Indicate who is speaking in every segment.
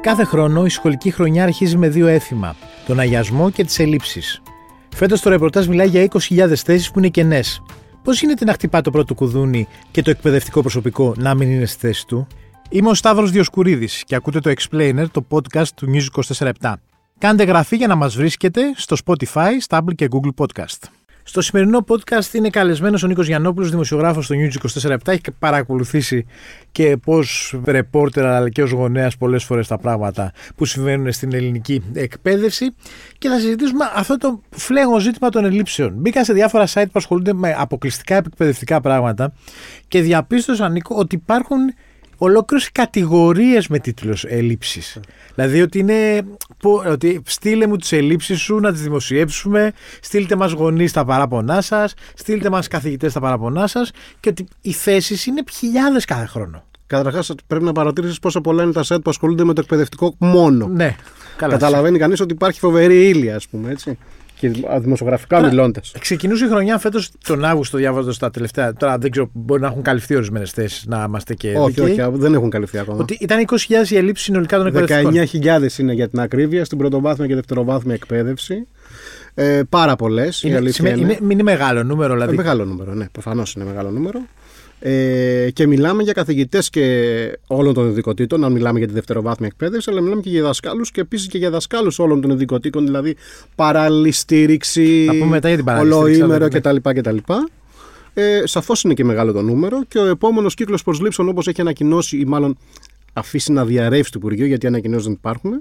Speaker 1: Κάθε χρόνο η σχολική χρονιά αρχίζει με δύο έθιμα: τον αγιασμό και τις ελλείψεις. Φέτος το ρεπορτάζ μιλάει για 20.000 θέσεις που είναι κενές. Πώς γίνεται να χτυπά το πρώτο κουδούνι και το εκπαιδευτικό προσωπικό να μην είναι στη θέση του.
Speaker 2: Είμαι ο Σταύρος Διοσκουρίδης και ακούτε το Explainer, το podcast του News 24 Κάντε γραφή για να μας βρίσκετε στο Spotify, Stable και Google Podcast.
Speaker 1: Στο σημερινό podcast είναι καλεσμένος ο Νίκος Γιανόπουλο, δημοσιογράφο του News 24 Έχει παρακολουθήσει και πώς ρεπόρτερ αλλά και ως γονέας πολλές φορές τα πράγματα που συμβαίνουν στην ελληνική εκπαίδευση. Και θα συζητήσουμε αυτό το φλέγον ζήτημα των ελλείψεων. Μπήκα σε διάφορα site που ασχολούνται με αποκλειστικά εκπαιδευτικά πράγματα και διαπίστωσα, Νίκο, ότι υπάρχουν ολόκληρες κατηγορίες με τίτλο Ελλείψεις.
Speaker 3: Ε.
Speaker 1: Δηλαδή ότι είναι. πο- Ότι στείλε μου τις ελλείψεις σου να τις δημοσιεύσουμε, στείλτε μας γονείς τα παράπονά σας, στείλτε μας καθηγητές τα παράπονά σας και ότι οι θέσεις είναι χιλιάδες κάθε χρόνο.
Speaker 3: Καταρχάς, πρέπει να παρατηρήσεις πόσα πολλά είναι τα site που ασχολούνται με το εκπαιδευτικό μόνο.
Speaker 1: Ναι, καλά.
Speaker 3: Καταλαβαίνει κανείς ότι υπάρχει φοβερή ύλη, ας πούμε έτσι. Και
Speaker 1: Ναι.
Speaker 3: δημοσιογραφικά μιλώντας.
Speaker 1: Ξεκινούσε η χρονιά φέτος τον Αύγουστο, διαβάζοντα τα τελευταία. Τώρα δεν ξέρω, μπορεί να έχουν καλυφθεί ορισμένες θέσεις, να είμαστε και.
Speaker 3: Όχι,
Speaker 1: δίκαιοι.
Speaker 3: όχι, α, δεν έχουν καλυφθεί ακόμα.
Speaker 1: Ότι ήταν 20.000 οι ελλείψεις συνολικά των εκπαιδευτικών.
Speaker 3: 19.000 είναι για την ακρίβεια στην πρωτοβάθμια και δευτεροβάθμια εκπαίδευση. Ε, πάρα πολλές.
Speaker 1: Είναι, σημαίνει- είναι, μην είναι μεγάλο νούμερο, δηλαδή.
Speaker 3: Ε, μεγάλο νούμερο, ναι. Προφανώς είναι μεγάλο νούμερο. Ε, και μιλάμε για καθηγητές και όλων των ειδικοτήτων, αν μιλάμε για τη δευτεροβάθμια εκπαίδευση, αλλά μιλάμε και για δασκάλους και επίσης και για δασκάλους όλων των ειδικοτήτων, δηλαδή παράλληλη στήριξη,
Speaker 1: Θα πούμε μετά για την παράλληλη στήριξη,
Speaker 3: ολοήμερο
Speaker 1: αλλά, ναι.
Speaker 3: κτλ. κτλ. Ε, Σαφώς είναι και μεγάλο το νούμερο και ο επόμενος κύκλος προσλήψεων, όπως έχει ανακοινώσει ή μάλλον αφήσει να διαρρεύσει το Υπουργείο, γιατί ανακοινώσεις δεν υπάρχουν,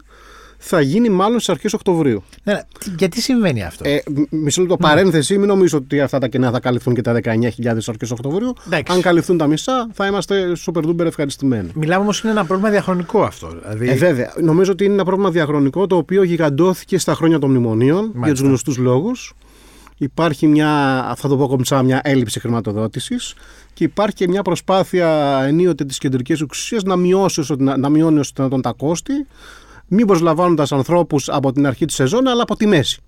Speaker 3: θα γίνει μάλλον στις αρχές Οκτωβρίου.
Speaker 1: Ναι, ναι. Τι- Γιατί συμβαίνει αυτό.
Speaker 3: Ε, μ- μισό λεπτό παρένθεση, μην νομίζω ότι αυτά τα κενά θα καλυφθούν και τα 19.000 αρχές Οκτωβρίου.
Speaker 1: Εντάξει.
Speaker 3: Αν καλυφθούν τα μισά, θα είμαστε super duper ευχαριστημένοι.
Speaker 1: Μιλάμε όμως είναι ένα πρόβλημα διαχρονικό αυτό. Δηλαδή,
Speaker 3: Ε, βέβαια, νομίζω ότι είναι ένα πρόβλημα διαχρονικό το οποίο γιγαντώθηκε στα χρόνια των μνημονίων για τους γνωστούς λόγους. Υπάρχει μια, θα το πω κομψά, μια έλλειψη χρηματοδότησης και υπάρχει και μια προσπάθεια ενίοτε της κεντρικής εξουσίας να μειώσει όσο- να, να μειώνει όσο το δυνατόν τα κόστη, μην προσλαμβάνοντα ανθρώπους από την αρχή της σεζόν, αλλά από τη μέση.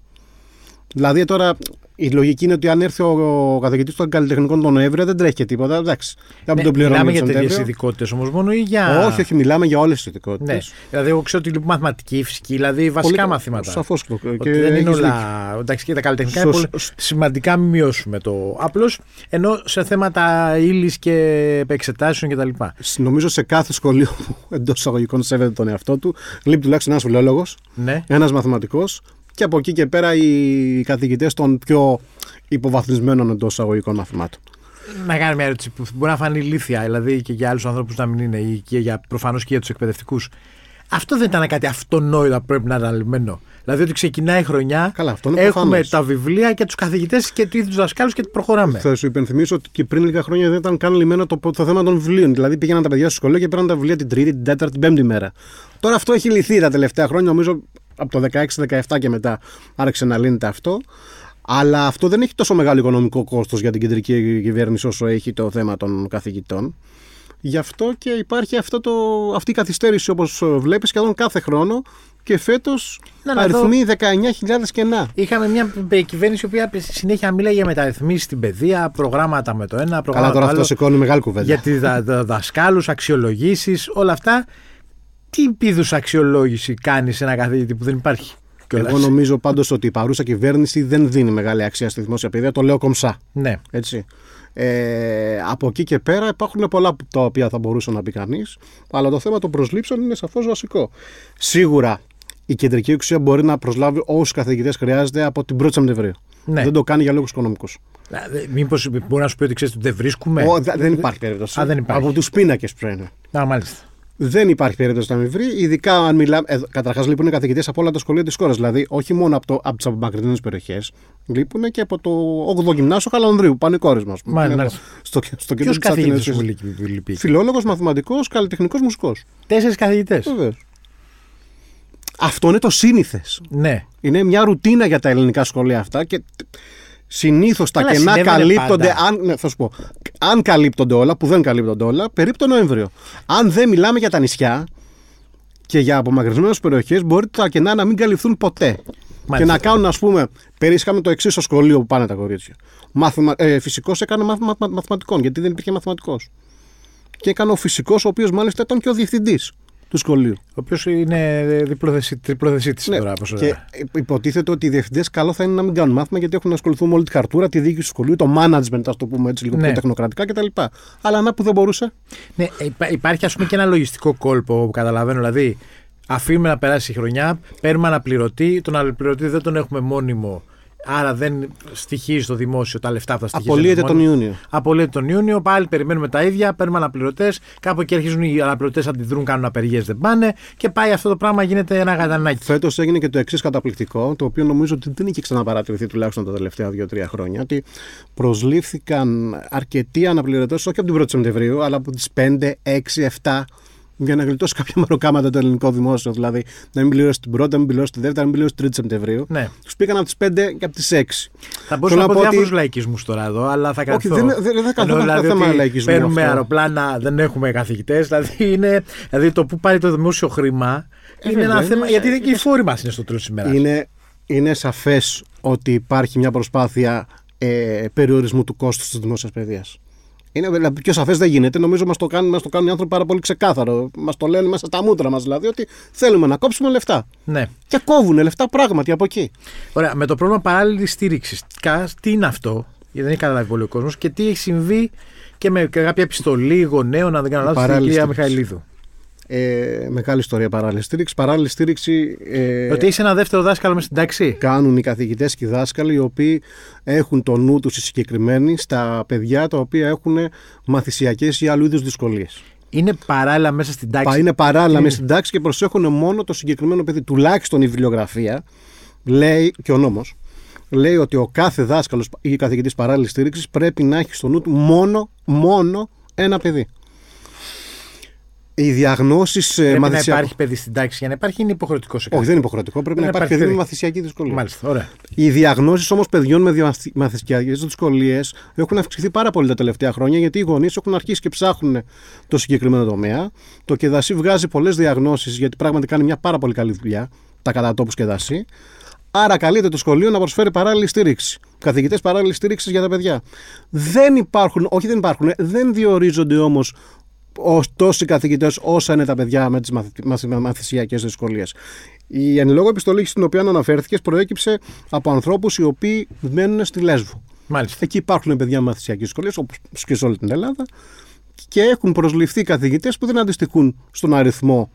Speaker 3: Δηλαδή τώρα η λογική είναι ότι αν έρθει ο καθηγητής των καλλιτεχνικών τον Νοέμβριο δεν τρέχει και τίποτα. Εντάξει, δεν
Speaker 1: ναι,
Speaker 3: τον πληρώνουμε
Speaker 1: μιλάμε για
Speaker 3: τον
Speaker 1: τέτοιε
Speaker 3: Σεπτέμβριο.
Speaker 1: ειδικότητες όμως μόνο ή για.
Speaker 3: Όχι, όχι, μιλάμε για όλες τις ειδικότητες.
Speaker 1: Ναι. Δηλαδή, εγώ ξέρω ότι λείπει μαθηματική, φυσική, δηλαδή βασικά μαθήματα.
Speaker 3: Σαφώς
Speaker 1: Ότι δεν είναι όλα. Εντάξει, και τα καλλιτεχνικά
Speaker 3: Σωσ-
Speaker 1: είναι πολύ σημαντικά, μην μειώσουμε το. Απλώς ενώ σε θέματα ύλης και επεξετάσεων κτλ.
Speaker 3: Νομίζω σε κάθε σχολείο που εντός εισαγωγικών σέβεται τον εαυτό του, λείπει τουλάχιστον ένας φιλόλογος,
Speaker 1: Ναι.
Speaker 3: ένας μαθηματικός και από εκεί και πέρα οι καθηγητές των πιο υποβαθμισμένων εντός εισαγωγικών μαθημάτων.
Speaker 1: Να κάνω μια ερώτηση που μπορεί να φανεί ηλίθια, δηλαδή και για άλλους ανθρώπους να μην είναι, ή και για προφανώς και για τους εκπαιδευτικούς. Αυτό δεν ήταν κάτι αυτονόητο που πρέπει να είναι αναλυμένο. Δηλαδή ότι ξεκινάει η χρονιά,
Speaker 3: Καλά, αυτό είναι
Speaker 1: έχουμε
Speaker 3: προφανές.
Speaker 1: τα βιβλία και τους καθηγητές και τους ίδιου δασκάλους και προχωράμε.
Speaker 3: Θα σου υπενθυμίσω ότι και πριν λίγα χρόνια δεν ήταν καν λυμμένο το, το θέμα των βιβλίων. Δηλαδή πήγαιναν τα παιδιά στο σχολείο και πήραν τα βιβλία την Τρίτη, την Τέταρτη, την Πέμπτη μέρα. Τώρα αυτό έχει λυθεί τα τελευταία χρόνια, νομίζω από το 16-17 και μετά άρχισε να λύνεται αυτό. Αλλά αυτό δεν έχει τόσο μεγάλο οικονομικό κόστος για την κεντρική κυβέρνηση όσο έχει το θέμα των καθηγητών. Γι' αυτό και υπάρχει αυτό το, αυτή η καθυστέρηση όπως βλέπεις σχεδόν κάθε χρόνο και φέτος
Speaker 1: Ναι, να δω.
Speaker 3: αριθμεί 19.000 κενά.
Speaker 1: Είχαμε μια π- κυβέρνηση η οποία συνέχεια μίλαγε για μεταρρυθμίσεις στην παιδεία, προγράμματα με το ένα, προγράμματα
Speaker 3: Καλά, τώρα
Speaker 1: με το
Speaker 3: αυτό ναι.
Speaker 1: άλλο,
Speaker 3: σηκώνει μεγάλη κουβέντα.
Speaker 1: για τη δα, δα, δασκάλους, αξιολογήσεις, όλα αυτά. Τι είδους αξιολόγηση κάνεις σε ένα καθηγητή που δεν υπάρχει.
Speaker 3: Εγώ
Speaker 1: κιόλας.
Speaker 3: νομίζω πάντως ότι η παρούσα κυβέρνηση δεν δίνει μεγάλη αξία στη δημόσια παιδεία. Το λέω κομψά.
Speaker 1: Ναι.
Speaker 3: Έτσι. Ε, από εκεί και πέρα υπάρχουν πολλά που- τα οποία θα μπορούσε να πει κανείς, αλλά το θέμα των προσλήψεων είναι σαφώς βασικό. Σίγουρα η κεντρική εξουσία μπορεί να προσλάβει όσους καθηγητές χρειάζεται από την 1η Σεπτεμβρίου.
Speaker 1: Ναι.
Speaker 3: Δεν το κάνει για λόγους οικονομικούς.
Speaker 1: Μήπω μπορεί να σου πει ότι ξέρεις ότι δεν βρίσκουμε.
Speaker 3: Δεν υπάρχει περίπτωση.
Speaker 1: Ε. Α, δεν υπάρχει.
Speaker 3: Από τους πίνακες που είναι.
Speaker 1: Α, μάλιστα.
Speaker 3: Δεν υπάρχει περίπτωση να μην βρει, ειδικά αν μιλάμε. Ε, Καταρχάς, λείπουν καθηγητές από όλα τα σχολεία της χώρας. Δηλαδή, όχι μόνο από, το, από τις απομακρυνμένε περιοχέ. Λείπουν και από το 8ο γυμνάσιο Χαλανδρίου, πανικόρε μα.
Speaker 1: Μάλιστα.
Speaker 3: Στο, στο
Speaker 1: Ποιο
Speaker 3: κέντρο τη
Speaker 1: καθηγητή σου
Speaker 3: Αθήνα.
Speaker 1: λείπει- λείπει.
Speaker 3: Φιλόλογος, μαθηματικός, καλλιτεχνικός, μουσικός.
Speaker 1: Τέσσερις καθηγητές.
Speaker 3: Βεβαίως. Αυτό είναι το σύνηθες.
Speaker 1: Ναι.
Speaker 3: Είναι μια ρουτίνα για τα ελληνικά σχολεία αυτά και συνήθως τα
Speaker 1: Καλά,
Speaker 3: κενά
Speaker 1: συνέβαινε
Speaker 3: καλύπτονται.
Speaker 1: πάντα.
Speaker 3: Αν, ναι, θα σου πω, αν καλύπτονται όλα, που δεν καλύπτονται όλα, περίπου το Νοέμβριο. Αν δεν μιλάμε για τα νησιά και για απομακρυσμένες περιοχές, μπορεί τα κενά να μην καλυφθούν ποτέ. Και να κάνουν, ας πούμε, πέρυσι είχαμε το εξής στο σχολείο που πάνε τα κορίτσια. Μαθημα... Ε, φυσικός έκανε μάθημα μαθημα- μαθηματικών, γιατί δεν υπήρχε μαθηματικός. Και έκανε ο φυσικός, ο οποίος μάλιστα ήταν και ο διευθυντής. του σχολείου.
Speaker 1: Ο οποίος είναι διπλοθεσί, τριπλοθεσίτης
Speaker 3: Ναι,
Speaker 1: τώρα, όπως
Speaker 3: και
Speaker 1: ωραία.
Speaker 3: υποτίθεται ότι οι διευθυντές καλό θα είναι να μην κάνουν μάθημα γιατί έχουν να ασχοληθούν με όλη τη χαρτούρα, τη διοίκηση του σχολείου, το management, ας το πούμε έτσι λίγο
Speaker 1: Ναι.
Speaker 3: πιο τεχνοκρατικά κτλ. Αλλά να που δεν μπορούσε.
Speaker 1: Ναι, υπά- υπάρχει ας πούμε και ένα λογιστικό κόλπο που καταλαβαίνω. Δηλαδή, αφήνουμε να περάσει η χρονιά, παίρνουμε αναπληρωτή. Τον αναπληρωτή δεν τον έχουμε μόνιμο. Άρα δεν στοιχίζει στο δημόσιο τα λεφτά αυτά στοιχίζει.
Speaker 3: Απολύεται τον Ιούνιο.
Speaker 1: Απολύεται τον Ιούνιο, πάλι περιμένουμε τα ίδια, παίρνουμε αναπληρωτές. Κάπου εκεί αρχίζουν οι αναπληρωτές αντιδρούν, κάνουν απεργίες, δεν πάνε. Και πάει αυτό το πράγμα, γίνεται ένα γατανάκι.
Speaker 3: Φέτος έγινε και το εξής καταπληκτικό, το οποίο νομίζω ότι δεν είχε ξαναπαρατηρηθεί τουλάχιστον τα τελευταία 2-3 χρόνια. Ότι προσλήφθηκαν αρκετοί αναπληρωτές, όχι από την 1η Σεπτεμβρίου, αλλά από τις 5, 6, 7, για να γλιτώσει κάποια μεροκάματα το ελληνικό δημόσιο. Δηλαδή να μην πληρώσει την 1η, να μην πληρώσει την 2η, να μην πληρώσει την 3η Σεπτεμβρίου.
Speaker 1: Ναι.
Speaker 3: Τους πήγαν από τις 5 και από τις 6.
Speaker 1: Θα μπορούσα να
Speaker 3: Θέλω
Speaker 1: πω
Speaker 3: να πω ότι-
Speaker 1: διάφορους λαϊκισμούς τώρα εδώ, αλλά θα κρατηθώ.
Speaker 3: δεν- δεν- δεν θα καθόμαστε
Speaker 1: Εννοώ, δηλαδή
Speaker 3: στο θέμα
Speaker 1: ότι
Speaker 3: λαϊκισμού
Speaker 1: Παίρνουμε
Speaker 3: αυτό.
Speaker 1: αεροπλάνα, δεν έχουμε καθηγητές. Δηλαδή, είναι, δηλαδή το που πάει το δημόσιο χρήμα είναι
Speaker 3: Ε, βέβαια,
Speaker 1: ένα
Speaker 3: είναι-
Speaker 1: θέμα. γιατί και οι φόροι μας είναι στο τέλος της ημέρας.
Speaker 3: Είναι, είναι σαφές ότι υπάρχει μια προσπάθεια ε, περιορισμού του κόστους της δημόσιας παιδείας. Είναι δηλαδή, πιο σαφές δεν γίνεται. Νομίζω μας το, κάνουν- μας το κάνουν οι άνθρωποι πάρα πολύ ξεκάθαρο. Μας το λένε μέσα στα μούτρα μας δηλαδή ότι θέλουμε να κόψουμε λεφτά.
Speaker 1: Ναι.
Speaker 3: Και κόβουν λεφτά πράγματι από εκεί.
Speaker 1: Ωραία, με το πρόβλημα παράλληλης στήριξης. Τι είναι αυτό, γιατί δεν έχει καταλάβει πολύ ο κόσμος και τι έχει συμβεί και με κάποια επιστολή γονέων, αν δεν κάνω λάθος, στην
Speaker 3: παράλληλη
Speaker 1: κυρία
Speaker 3: στήριξη.
Speaker 1: Μιχαηλίδου.
Speaker 3: Ε, μεγάλη ιστορία παράλληλη στήριξη. Παράλληλη στήριξη. Ε,
Speaker 1: Ότι είσαι ένα δεύτερο δάσκαλο μες στην τάξη.
Speaker 3: κάνουν οι καθηγητές και οι δάσκαλοι οι οποίοι έχουν το νου τους οι συγκεκριμένοι στα παιδιά τα οποία έχουν μαθησιακές ή άλλου είδους δυσκολίες.
Speaker 1: Είναι παράλληλα μέσα στην τάξη.
Speaker 3: Πα, είναι παράλληλα μέσα στην τάξη και προσέχουν μόνο το συγκεκριμένο παιδί. Τουλάχιστον η βιβλιογραφία λέει και ο νόμος λέει ότι ο κάθε δάσκαλος ή καθηγητής παράλληλης στήριξης πρέπει να έχει στο νου του μόνο, μόνο ένα παιδί. Οι διαγνώσεις
Speaker 1: Πρέπει να
Speaker 3: μαθησιακών.
Speaker 1: υπάρχει παιδί στην τάξη. Για να υπάρχει είναι υποχρεωτικό σε
Speaker 3: Όχι,
Speaker 1: κάποιον.
Speaker 3: δεν είναι υποχρεωτικό. Πρέπει
Speaker 1: Δεν
Speaker 3: να υπάρχει
Speaker 1: υπάρχει
Speaker 3: παιδί με
Speaker 1: παιδί.
Speaker 3: μαθησιακή δυσκολία.
Speaker 1: Μάλιστα, ωραία.
Speaker 3: Οι διαγνώσεις όμως παιδιών με διαμαθη- μαθησιακές δυσκολίες έχουν αυξηθεί πάρα πολύ τα τελευταία χρόνια γιατί οι γονείς έχουν αρχίσει και ψάχνουν το συγκεκριμένο τομέα. Το Κεδασί βγάζει πολλές διαγνώσεις γιατί πράγματι κάνει μια πάρα πολύ καλή δουλειά τα κατά τόπου Κεδασί. Άρα καλείται το σχολείο να προσφέρει παράλληλη στήριξη. Καθηγητές παράλληλη στήριξης για τα παιδιά. Δεν υπάρχουν, όχι δεν υπάρχουν, δεν διορίζονται όμως ως τόσοι καθηγητές όσα είναι τα παιδιά με τις μαθησιακές δυσκολίες. Η εν λόγω επιστολή στην οποία αναφέρθηκες προέκυψε από ανθρώπους οι οποίοι μένουν στη Λέσβο.
Speaker 1: Μάλιστα.
Speaker 3: Εκεί υπάρχουν παιδιά με μαθησιακές δυσκολίες, όπως και σε όλη την Ελλάδα, και έχουν προσληφθεί καθηγητές που δεν αντιστοιχούν στον αριθμό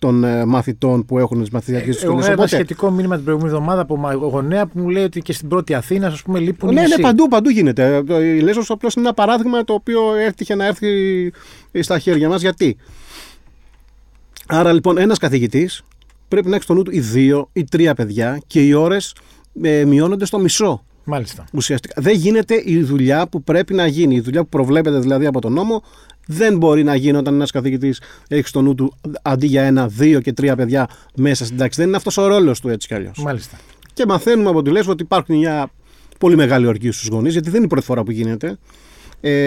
Speaker 3: των ε, μαθητών που έχουν τις μαθησιακέ
Speaker 1: Εγώ είχα
Speaker 3: δυσκολίε.
Speaker 1: ένα σχετικό μήνυμα την προηγούμενη εβδομάδα από μα- γονέα που μου λέει ότι και στην πρώτη Αθήνα, ας πούμε, λείπουν
Speaker 3: Ναι,
Speaker 1: οι
Speaker 3: ναι,
Speaker 1: μισοί.
Speaker 3: παντού, παντού γίνεται. Η Λέσβος απλώς είναι ένα παράδειγμα το οποίο έτυχε να έρθει στα χέρια μας. Γιατί. Άρα λοιπόν ένας καθηγητής πρέπει να έχει στο νου του ή δύο ή τρία παιδιά και οι ώρες ε, μειώνονται στο μισό.
Speaker 1: Μάλιστα.
Speaker 3: Ουσιαστικά δεν γίνεται η δουλειά που πρέπει να γίνει. Η δουλειά που προβλέπεται δηλαδή από τον νόμο δεν μπορεί να γίνει όταν ένας καθηγητής έχει στο νου του αντί για ένα, δύο και τρία παιδιά μέσα στην τάξη. Δεν είναι αυτός ο ρόλος του έτσι κι αλλιώς.
Speaker 1: Μάλιστα.
Speaker 3: Και μαθαίνουμε από τη Λέσβο ότι υπάρχουν μια πολύ μεγάλη οργή στους γονείς, γιατί δεν είναι η πρώτη φορά που γίνεται.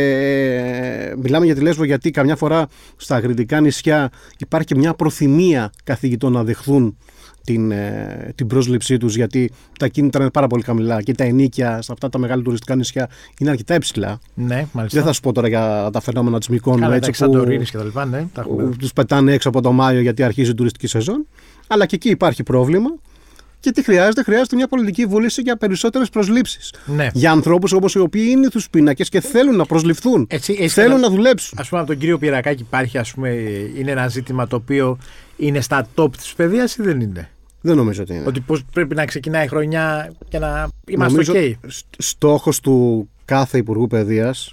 Speaker 3: Ε, μιλάμε για τη Λέσβο γιατί καμιά φορά στα αγριτικά νησιά υπάρχει και μια προθυμία καθηγητών να δεχθούν την, ε, την πρόσληψή τους γιατί τα κίνητρα είναι πάρα πολύ χαμηλά και τα ενίκια σε αυτά τα μεγάλα τουριστικά νησιά είναι αρκετά υψηλά.
Speaker 1: Ναι,
Speaker 3: Δεν
Speaker 1: μάλιστα.
Speaker 3: θα σου πω τώρα για τα φαινόμενα της Μικόνου
Speaker 1: Καλά,
Speaker 3: έτσι,
Speaker 1: τα
Speaker 3: που-
Speaker 1: Σαντορίνης και τα λοιπά, ναι, τα έχουμε.
Speaker 3: τους πετάνε έξω από το Μάιο γιατί αρχίζει η τουριστική σεζόν. Αλλά και εκεί υπάρχει πρόβλημα. Και τι χρειάζεται, χρειάζεται μια πολιτική βούληση για περισσότερες προσλήψεις.
Speaker 1: Ναι.
Speaker 3: Για ανθρώπους όπως οι οποίοι είναι στους πίνακες και θέλουν να προσληφθούν.
Speaker 1: Έτσι, έτσι
Speaker 3: θέλουν
Speaker 1: κατα-
Speaker 3: να δουλέψουν.
Speaker 1: Ας πούμε, από τον κύριο Πυρακάκη υπάρχει, ας πούμε, είναι ένα ζήτημα το οποίο είναι στα top της παιδείας ή δεν είναι.
Speaker 3: Δεν νομίζω ότι είναι.
Speaker 1: Ότι πώς πρέπει να ξεκινάει η χρονιά και να είμαστε
Speaker 3: Νομίζω
Speaker 1: οκ.
Speaker 3: σ- στόχος του κάθε Υπουργού Παιδείας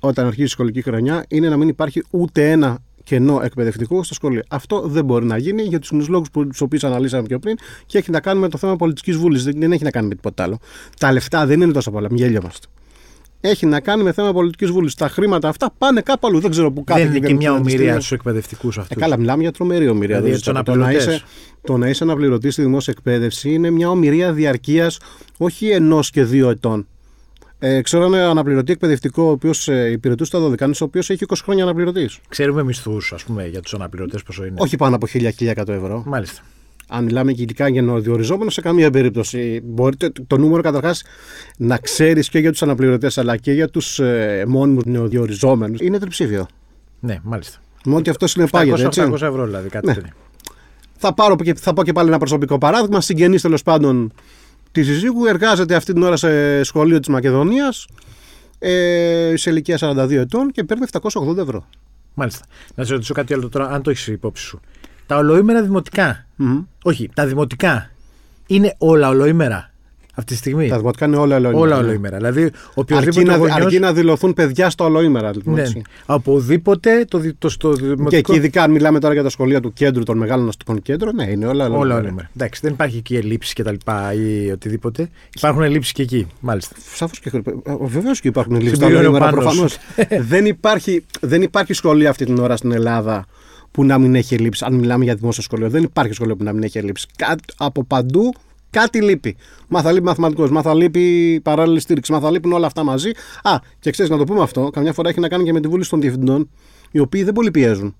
Speaker 3: όταν αρχίζει η σχολική χρονιά είναι να μην υπάρχει ούτε ένα κενό εκπαιδευτικό στο σχολείο. Αυτό δεν μπορεί να γίνει για τους λόγους που τους οποίους αναλύσαμε πιο πριν και έχει να κάνει με το θέμα πολιτικής βούλη. Δεν, δεν έχει να κάνει με τίποτα άλλο. Τα λεφτά δεν είναι τόσο πολλά, μην γελιόμαστε. Έχει να κάνει με θέμα πολιτικής βούλη. Τα χρήματα αυτά πάνε κάπου αλλού. Δεν ξέρω που κάθε
Speaker 1: Δεν είναι και
Speaker 3: κυβέρνηση
Speaker 1: μια
Speaker 3: να τις
Speaker 1: ομοιρία
Speaker 3: στείλει.
Speaker 1: στους εκπαιδευτικούς αυτούς.
Speaker 3: Ε, καλά, μιλάμε για τρομερή ομοιρία.
Speaker 1: Δηλαδή,
Speaker 3: δεν
Speaker 1: για τους
Speaker 3: ζητάω. το, να
Speaker 1: αναπληρωτές.
Speaker 3: είσαι, το να είσαι αναπληρωτής στη δημόσια εκπαίδευση είναι μια ομοιρία διαρκείας όχι ενός και δύο ετών. Ε, ξέρω ένα αναπληρωτή εκπαιδευτικό ο οποίος ε, υπηρετούσε τα 12 ο οποίος έχει 20 χρόνια αναπληρωτής.
Speaker 1: Ξέρουμε μισθού, ας πούμε, για τους αναπληρωτές πόσο είναι.
Speaker 3: Όχι πάνω από 1000-1100 ευρώ.
Speaker 1: Μάλιστα.
Speaker 3: Αν μιλάμε και ειδικά για νεοδιοριζόμενο, σε καμία περίπτωση. Μπορείτε το- το νούμερο καταρχάς να ξέρεις και για τους αναπληρωτές αλλά και για τους ε, μόνιμους νεοδιοριζόμενους. Είναι τριψήφιο.
Speaker 1: Ναι, μάλιστα.
Speaker 3: Με ό,τι αυτό συνεπάγεται.
Speaker 1: 700-800
Speaker 3: έτσι.
Speaker 1: ευρώ δηλαδή κάτι
Speaker 3: Ναι.
Speaker 1: τέτοιο.
Speaker 3: Θα, πάρω και, θα πω και πάλι ένα προσωπικό παράδειγμα. Συγγενή τέλος πάντων τη συζύγου εργάζεται αυτή την ώρα σε σχολείο της Μακεδονίας ε, σε ηλικία 42 ετών και παίρνει 780 ευρώ.
Speaker 1: Μάλιστα. Να σε ρωτήσω κάτι άλλο τώρα, αν το έχεις υπόψη σου. Τα ολοήμερα δημοτικά.
Speaker 3: Μμμ.
Speaker 1: Όχι, τα δημοτικά είναι όλα ολοήμερα αυτή τη στιγμή.
Speaker 3: Τα δημοτικά είναι όλα ελαιόλυμα.
Speaker 1: Ε, Όλα ολοήμερα. Δηλαδή,
Speaker 3: Αρκεί
Speaker 1: οποιοδήποτε
Speaker 3: να,
Speaker 1: γονιός-
Speaker 3: αρκεί να δηλωθούν παιδιά στο ολοήμερα. Λοιπόν,
Speaker 1: Ναι.
Speaker 3: έτσι.
Speaker 1: Οπουδήποτε το, δι- το, στο
Speaker 3: Και
Speaker 1: δημοτικό.
Speaker 3: εκεί, ειδικά αν μιλάμε τώρα για τα σχολεία του κέντρου, των μεγάλων αστικών κέντρων, ναι, είναι
Speaker 1: Όλα
Speaker 3: όλα ελαιόλυμα.
Speaker 1: ολοήμερα. Εντάξει, δεν υπάρχει εκεί ελλείψη και τα λοιπά ή οτιδήποτε. Υπάρχουν ελλείψεις και εκεί, μάλιστα.
Speaker 3: Σαφώς και Βεβαίως και υπάρχουν ελλείψεις.
Speaker 1: Συμπληρώνει ο Πάνος.
Speaker 3: προφανώς. δεν, υπάρχει, δεν υπάρχει σχολείο αυτή την ώρα στην Ελλάδα που να μην έχει ελλείψεις. Αν μιλάμε για δημόσιο σχολείο, δεν υπάρχει σχολείο που να μην έχει ελλείψεις. Κά, από παντού κάτι λείπει. Μα θα λείπει μαθηματικός, μα θα λείπει παράλληλη στήριξη, μα θα λείπουν όλα αυτά μαζί. Α, και ξέρεις να το πούμε αυτό, καμιά φορά έχει να κάνει και με τη βούληση των διευθυντών, οι οποίοι δεν πολύ πιέζουν.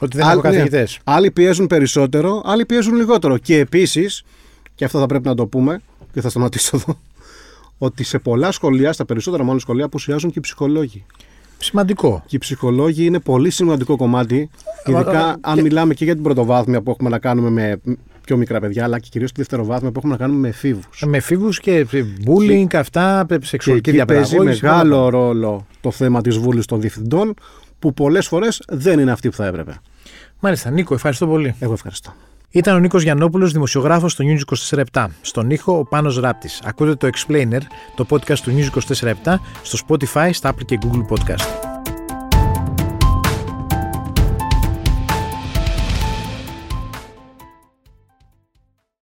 Speaker 1: Ότι δεν
Speaker 3: Άλλοι-
Speaker 1: έχω καθηγητέ.
Speaker 3: ναι. Άλλοι πιέζουν περισσότερο, άλλοι πιέζουν λιγότερο. Και επίσης, και αυτό θα πρέπει να το πούμε, και θα σταματήσω εδώ, ότι σε πολλά σχολεία, στα περισσότερα μάλλον σχολεία, απουσιάζουν και οι ψυχολόγοι.
Speaker 1: Σημαντικό.
Speaker 3: Και οι ψυχολόγοι είναι πολύ σημαντικό κομμάτι, ειδικά αν μιλάμε και για την πρωτοβάθμια που έχουμε να κάνουμε με πιο μικρά παιδιά, αλλά και κυρίως τη δευτεροβάθμια που έχουμε να κάνουμε με εφήβου.
Speaker 1: Με φίβους και bullying, αυτά, σεξουαλική
Speaker 3: εκεί παίζει
Speaker 1: διαπαιδαγώγηση.
Speaker 3: μεγάλο ρόλο το θέμα της βούλη των διευθυντών, που πολλές φορές δεν είναι αυτή που θα έπρεπε.
Speaker 1: Μάλιστα, Νίκο, ευχαριστώ πολύ.
Speaker 3: Εγώ ευχαριστώ.
Speaker 1: Ήταν ο Νίκος Γιαννόπουλος, δημοσιογράφος του News 24-7. Στον ήχο, ο Πάνος Ράπτης. Ακούτε το Explainer, το podcast του News 24-7, στο Spotify, στα Apple και Google Podcast.